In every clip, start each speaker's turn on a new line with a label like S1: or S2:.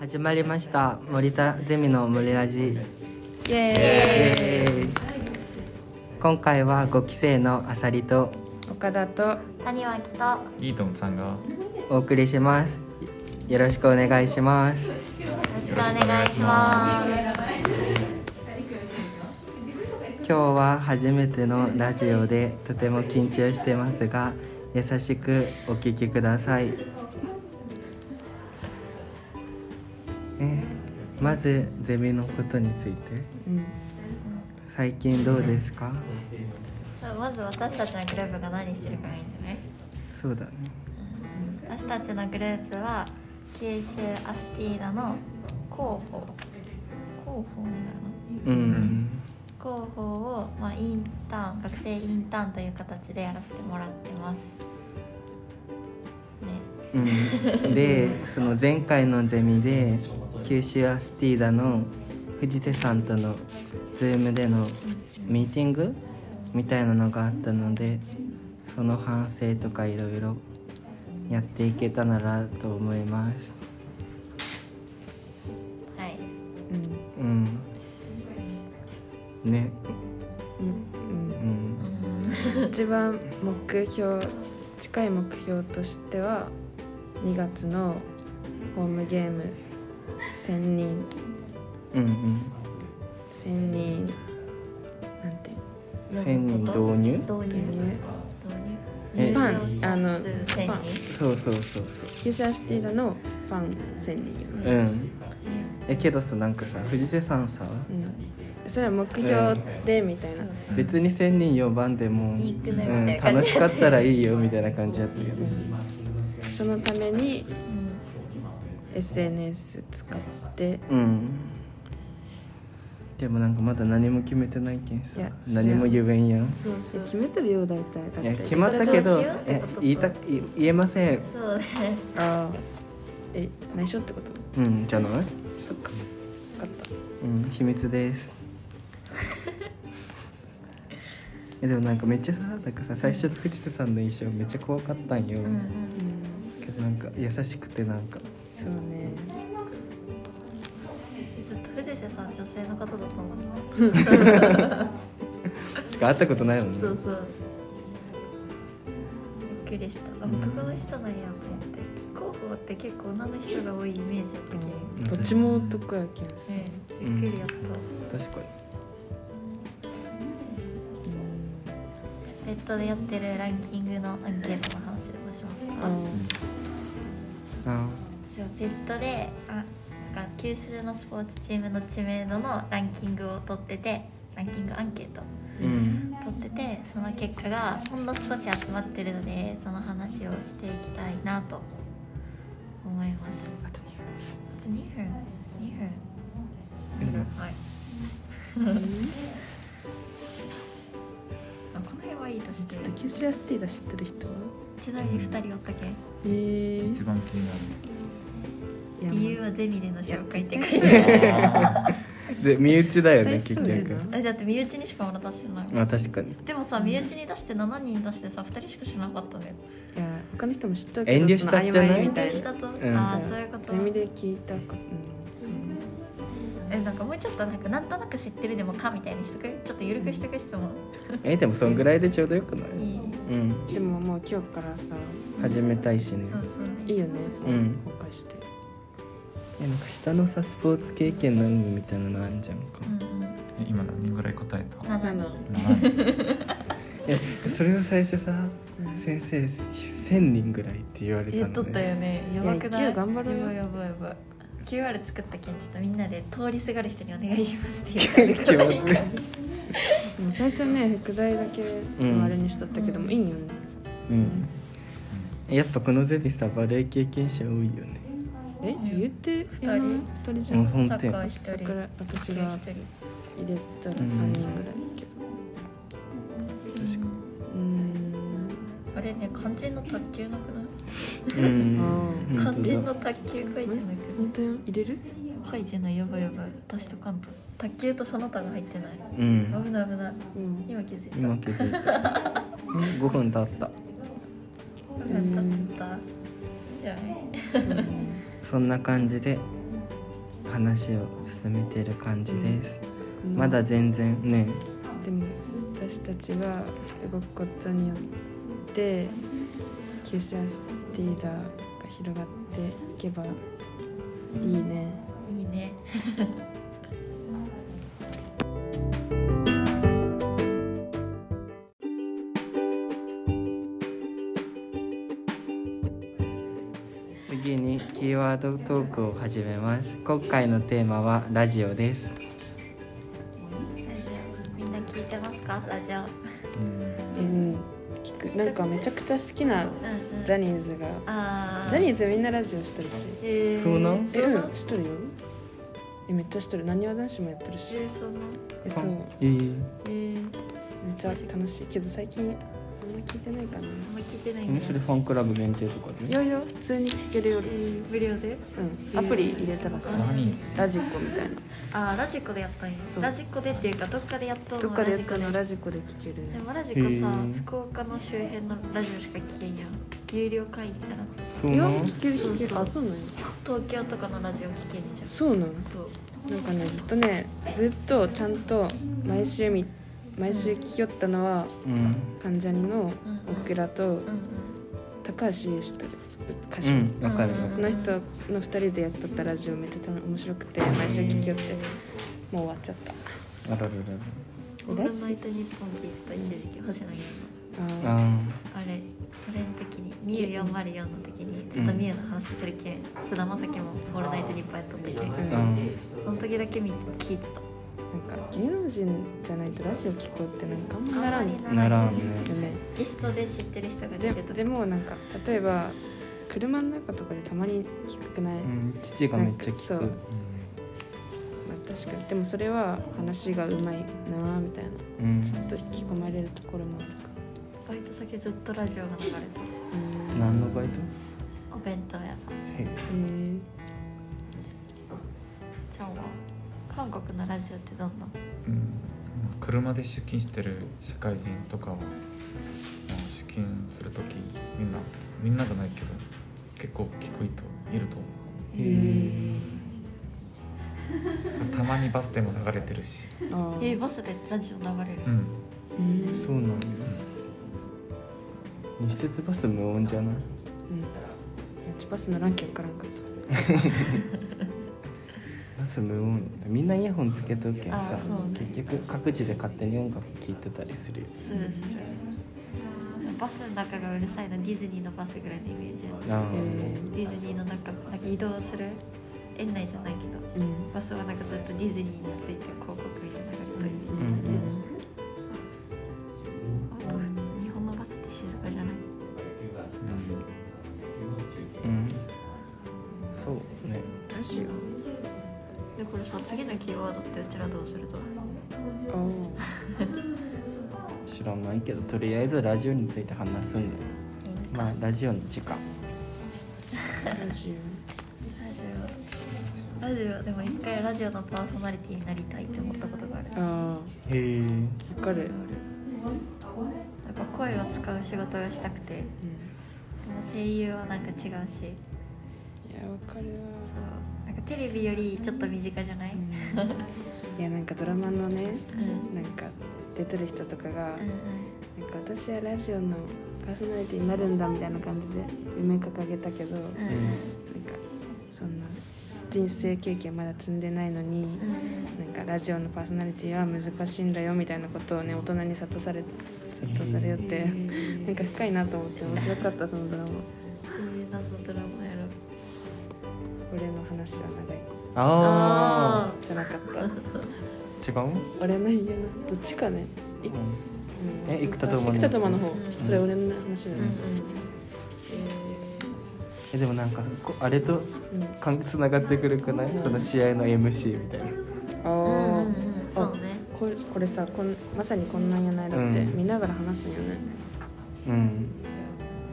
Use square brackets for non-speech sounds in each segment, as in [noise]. S1: 始まりました森田ゼミの森ラジ
S2: イエーイ
S1: イエーイ今回は5期生のあさりと
S2: 岡田と
S3: 谷脇とは
S4: イートンさんがよ
S1: お送りしますよろしくお願いします
S3: よろしくお願いします
S1: 今日は初めてのラジオでとても緊張してますが優しくお聞きくださいえまずゼミのことについて
S2: うん
S1: 最近どうですか
S3: まず私たちのグループが何してるかがいいんじゃない
S1: そうだね
S3: 私たちのグループは九州アスティーダの広報広報になる
S1: うん
S3: の広報を、まあ、インターン学生インターンという形でやらせてもらってますね
S1: うん、でその前回のゼミで九州アスティーダの藤瀬さんとの Zoom でのミーティングみたいなのがあったのでその反省とかいろいろやっていけたならと思います
S3: はい
S1: うんね
S2: うん
S1: う、ん
S2: うん、一番目標近い目標としては2月のホームゲーム1000人
S1: うんうん
S2: 1000人なんて
S1: 千人導入
S3: 導入導
S2: 言う
S3: 入
S2: の
S1: え
S2: ファン
S3: 入場者
S2: あの
S3: 数千
S2: ファン
S3: 人
S1: そうそうそう
S2: キューシャーシティだのファン1000
S1: そう
S2: 人よね、
S1: うんえけどさなんかさ藤瀬さんさ
S2: うんそれは目標でみたいな、
S1: 別に1000人呼ばんでも
S3: いいくね
S1: うん
S3: みたい
S1: 楽
S3: な感
S1: し
S3: じ
S1: かったらいいよみたいな感じやってるよね
S2: そのために
S3: うん、
S2: SNS 使って
S1: うんでもなんかまだ何も決めてないけんさ
S2: いや
S1: 何も言えんやん
S3: そう
S2: い
S3: そ
S2: や
S3: う
S2: 決めてるよ大体だ
S1: いや決まったけど
S3: どうしようって
S1: え
S3: こと
S1: 言いた言言えません
S3: そうね
S2: ああえ内緒ってこと
S1: うんじゃない
S2: そっか分かっ
S1: うん秘密です
S3: [laughs]
S1: えでもなんかめっちゃさなんかさ最初の藤瀬さんの印象めっちゃ怖かったんよ、
S3: うんう
S2: たう
S3: ん
S2: ん
S1: けどなんか優しくてなんか
S2: そうね
S3: ずっと藤瀬さん女性の方だと思って
S1: しか会ったことないもんね
S3: そうそうびっくりしたあ男の人なんやと思って広報って結構女の人が多いイメージやった
S1: う
S3: けん
S1: ん
S2: どっちも男やけんさ、
S3: ねびっくりやった、
S1: 確かに
S3: ネットでやってるランキングのアンケートの話をします
S2: あ
S3: か、
S2: あ
S1: あ
S3: そうネットであなんか九州のスポーツチームの知名度のランキングを取っててランキングアンケート
S1: うん
S3: 取っててその結果がほんの少し集まってるのでその話をしていきたいなと思います
S1: あとね
S3: あと2分2分
S1: うん
S3: はいあこの辺はいいとして
S2: ちょっとキューチュアスティだ知ってる人は
S3: ちなみに2人おったけん
S2: えー
S4: 一番気に
S2: いや
S3: 理由
S2: ま
S3: はゼミでの
S2: あいや
S3: 紹介っ
S2: 絶
S3: て書
S2: 対そう
S3: いてある
S2: だよ
S1: で身内だよね
S2: 大丈
S1: 結
S2: 夫
S1: 局
S2: だ
S3: あだって身内にしかもら出してないもん
S1: まあ確かに
S3: でもさ身内に出して7人出してさ2人しかしなかったのよ
S2: いや他の人も知っとるけど
S1: 遠慮したんじゃない
S2: その曖昧
S3: 勉
S2: みた
S3: 強
S2: い
S3: した
S2: な
S3: と、
S1: ん
S3: ああそういうこと
S2: ゼミで聞いたかうんそうね
S3: えなんかもうちょっとなんかなんとなく知ってるでもかみたいにしとくちょっと緩くしとく質問
S1: えでもそんぐらいでちょうどよくない
S3: いい
S1: うん
S2: でももう今日からさ
S1: 始めたいしね
S3: そうそう
S2: いいよね
S1: うん
S2: 公開して
S1: えなんか下のさスポーツ経験の有無みたいなのあんじゃんか
S3: うん
S4: なる今何人ぐらい答えた
S3: うん
S2: な
S3: 7
S2: の
S4: 7
S1: えそれを最初さ先生1000人ぐらいって言われ
S3: 言
S1: た
S3: っと
S1: の
S3: った
S1: ね
S3: よねや
S2: や
S3: ばくない
S2: いや勢い頑張ろうよ
S3: やばいやばいやばい QR 作ったけんちょっとみんなで通りすがる人にお願いしますって言って
S1: [laughs] 気まずい
S2: でも最初ね副題だけのあれにしとったけども、
S3: うん
S2: いいよね
S1: うんやっぱこのゼビさバレエ経験者多いよね
S2: え
S3: ん
S2: 言って
S3: 人
S2: やらない二人じゃ
S1: もうん本
S3: サッカ
S1: 店
S3: ー一
S2: そっ
S3: 人
S2: から私が
S3: 一人
S2: 入れたら三人ぐらいいるけどうーん
S3: あれね肝心の卓球なくない
S1: うん
S2: あ
S1: 本
S3: 肝
S1: 当
S3: 心
S1: だ
S3: の卓球書いてなく
S2: 本当よ入れる
S3: 書いてないやばいやばい出しとかんと卓球とその他が入ってない
S1: うん
S3: 危ない危ない
S2: うん
S3: 今気づいた
S1: 今気づいた5分
S3: [laughs]
S1: 経った
S3: 5分経っちゃったじゃあね
S2: そうね
S1: そんな感じで話を進めてる感じです、
S2: うん
S1: まだ全然ね
S2: でも私たちが動くことによって九州アスティーダが広がっていけばいいね
S3: いいね
S1: 次にキーワードトークを始めます今回のテーマはラジオです
S3: ラジオみんな聞いてますかラジオ
S4: う
S2: う
S4: ん
S2: ん聞くなんかめちゃくちゃ好きな
S3: うんうん
S2: ジャニーズが
S3: あ
S2: ジャ
S3: ー
S2: ニーズみんなラジオしてるし
S3: えー
S1: そうなん
S2: え
S3: そうな
S2: うんんしとるよえめっちゃしとるなにわ男子もやってるし
S3: えーそうなん
S2: えそうめっ
S1: えー
S3: えー
S2: ちゃ楽しいけど最近あんま聞いてないかな
S3: あんま聞いてない
S1: え
S3: んだ
S1: それファンクラブ限定とか
S2: い
S1: で
S2: やいや普通に聞けるよ
S3: えー無料で
S2: うんアプリ入れたらさ
S4: ジャニーズ
S2: ラジコみたいな
S3: あーラジコでやったんや
S2: そう
S3: ラジコでっていうかどっかでやっとん
S2: どっかでやった
S3: ラジコ
S2: の
S3: で
S2: ラジコで聞ける
S3: でもラジコ
S1: へ
S3: さ
S1: ー
S3: 福岡の周辺のラジオしか聞けんやん有料会員じゃなくて
S1: そう
S2: いや
S1: なん
S2: 聞ける聞けるあそうなんや
S3: 東京とかのラジオ聞けんじゃん
S2: そうなん
S3: そう
S2: なんかねずっとねずっとちゃんと毎週み毎週聞きよったのは
S1: うん
S2: 関ジャニのオクラと
S3: うんうん
S2: 高橋優知ってる歌
S1: う
S2: 手、
S1: んわかるわか
S2: そ
S1: る
S2: の人の2人でやっとったラジオめっちゃ面白くて毎週聞きよってもう終わっちゃった
S1: あらららら
S3: オールナイトニッポン聞いてた一時期星野源
S2: あ
S1: あ
S3: のあれあれの時に「ミュー404」の時にずっとミューの話するけん菅田将暉も「オールナイトニッポン」やっとったけ
S2: ー
S3: ん
S1: ーう
S2: うん
S1: ん
S3: その時だけ見聞いてた
S2: なんか芸能人じゃないとラジオ聞こうってなんかあんまならんよ
S3: あ
S1: ならんね
S2: ね
S3: ゲストで知ってる人が出
S2: で
S3: ると
S2: でもなんか例えば車の中とかでたまに聞くくない、
S1: うん父がめっちゃ聞
S2: なんかそ
S1: く
S2: うまあ、確かにでもそれは話がうまいなあみたいな
S1: うん
S2: ちょっと引き込まれるところもあるか
S3: バイト先ずっとラジオが流れてる
S2: うん
S1: 何のバイト
S3: お弁当屋さん
S1: へ
S2: え
S3: ちゃんは韓国のラジオってどんな
S4: うん車で出勤してる社会人とかはまあ出勤するときみんなみんなじゃないけど結構聞く人いると思
S1: え
S4: うたまにバスでも流れてるし、
S2: ー、あ
S3: え
S2: ー
S3: ーバスでラジオ流れる
S4: うん、
S2: うん
S1: そうなんだ西鉄バス無音じゃない
S2: うんいやチパスのランキングからんかった
S1: バス無音みんなイヤホンつけとけん
S3: あ
S1: さ
S3: そうね
S1: 結局各自で勝手に音楽聴いてたりするよ
S3: するするバスの中がうるさいのディズニーのバスぐらいのイメージや
S1: あ
S2: え
S1: ー
S3: ディズニーの中なんか移動する園内じゃないけど
S2: ーうん
S3: バスはなんかずっとディズニーについて広告みたいなのが流れてるイ
S2: う
S3: メージ
S1: うん
S2: ん
S3: あと日本のバスって静かじゃない
S1: うんそうね
S2: ラジ
S3: でこれさ次のキーワードってうちらどうすると
S2: オお
S1: 知らないけどとりあえずラジオについて話すんだよまあラジオの時間
S2: ーラジ
S3: ラジオラジオでも一回ラジオのパーソナリティになりたいって思ったことがある
S2: オあ
S1: へえ
S2: ーわかる、
S3: なんか声を使う仕事がしたくてでも
S2: うん、
S3: 声優はなんか違うし
S2: いやわかるわ
S3: そうなんかテレビよりちょっと身近じゃない、
S2: いやなんかドラマのね、
S3: うん
S2: なんか出てる人とかが、
S3: うんうん
S2: なんか私はラジオのパーソナリティになるんだみたいな感じで夢掲げたけど、なんか
S3: うんうん
S2: そんな人生経験まだ積んでないのに、
S3: うん
S2: なんかラジオのパーソナリティは難しいんだよみたいなことをね大人に諭され諭されよって、なんか深いなと思って面白かったそのドラマ。
S3: えー何のドラマやろう
S2: 俺の話は長い
S1: あ
S3: あ
S2: じゃなか
S3: [laughs]
S2: った。
S1: あ違う
S2: 俺の家のどっちかね。い
S1: え生田斗真の
S2: 生田斗真の方、
S3: うん
S2: それ俺の話だ
S3: ー
S2: ね
S3: う
S1: え
S3: ん、
S1: でもなんかこあれと
S2: うん
S1: 関係つながってくるくないその試合の MC みたいな
S3: うん
S2: あ
S3: うんうんうんそうね
S2: あこれこれさこんまさにこんなんやないだって、
S1: うん
S2: 見ながら話すんよね
S1: うん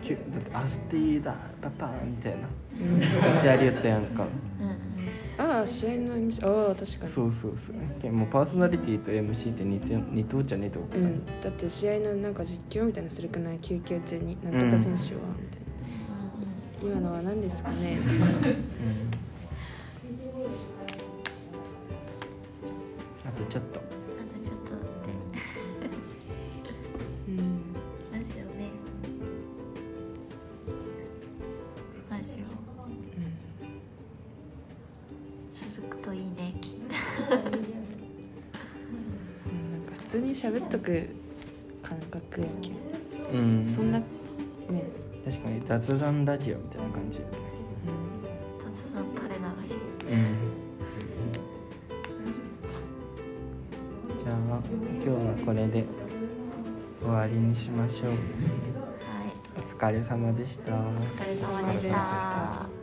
S1: きゅだってアスティーだパパンみたい
S3: [laughs]
S1: なめっちゃありやったやんか
S3: うんうん
S2: ああ試合の MC ああ確かに
S1: そうそうそうでもパーソナリティと MC って似て似とうじゃねえと
S2: う、ん、だって試合のなんか実況みたいなのするくない休憩中に「なんとか選手は」みたいな「
S3: [laughs]
S2: 今のは何ですかね?」とか
S1: うん、
S2: うんなんか普通に喋っとく感覚やけん
S1: うん
S2: そんなね、
S1: 確かに雑談ラジオみたいな感じ
S2: うん
S3: 雑談垂れ流し
S1: うんじゃあ今日はこれで終わりにしましょう
S3: はい
S1: お疲れ様でした
S3: お疲れ様でした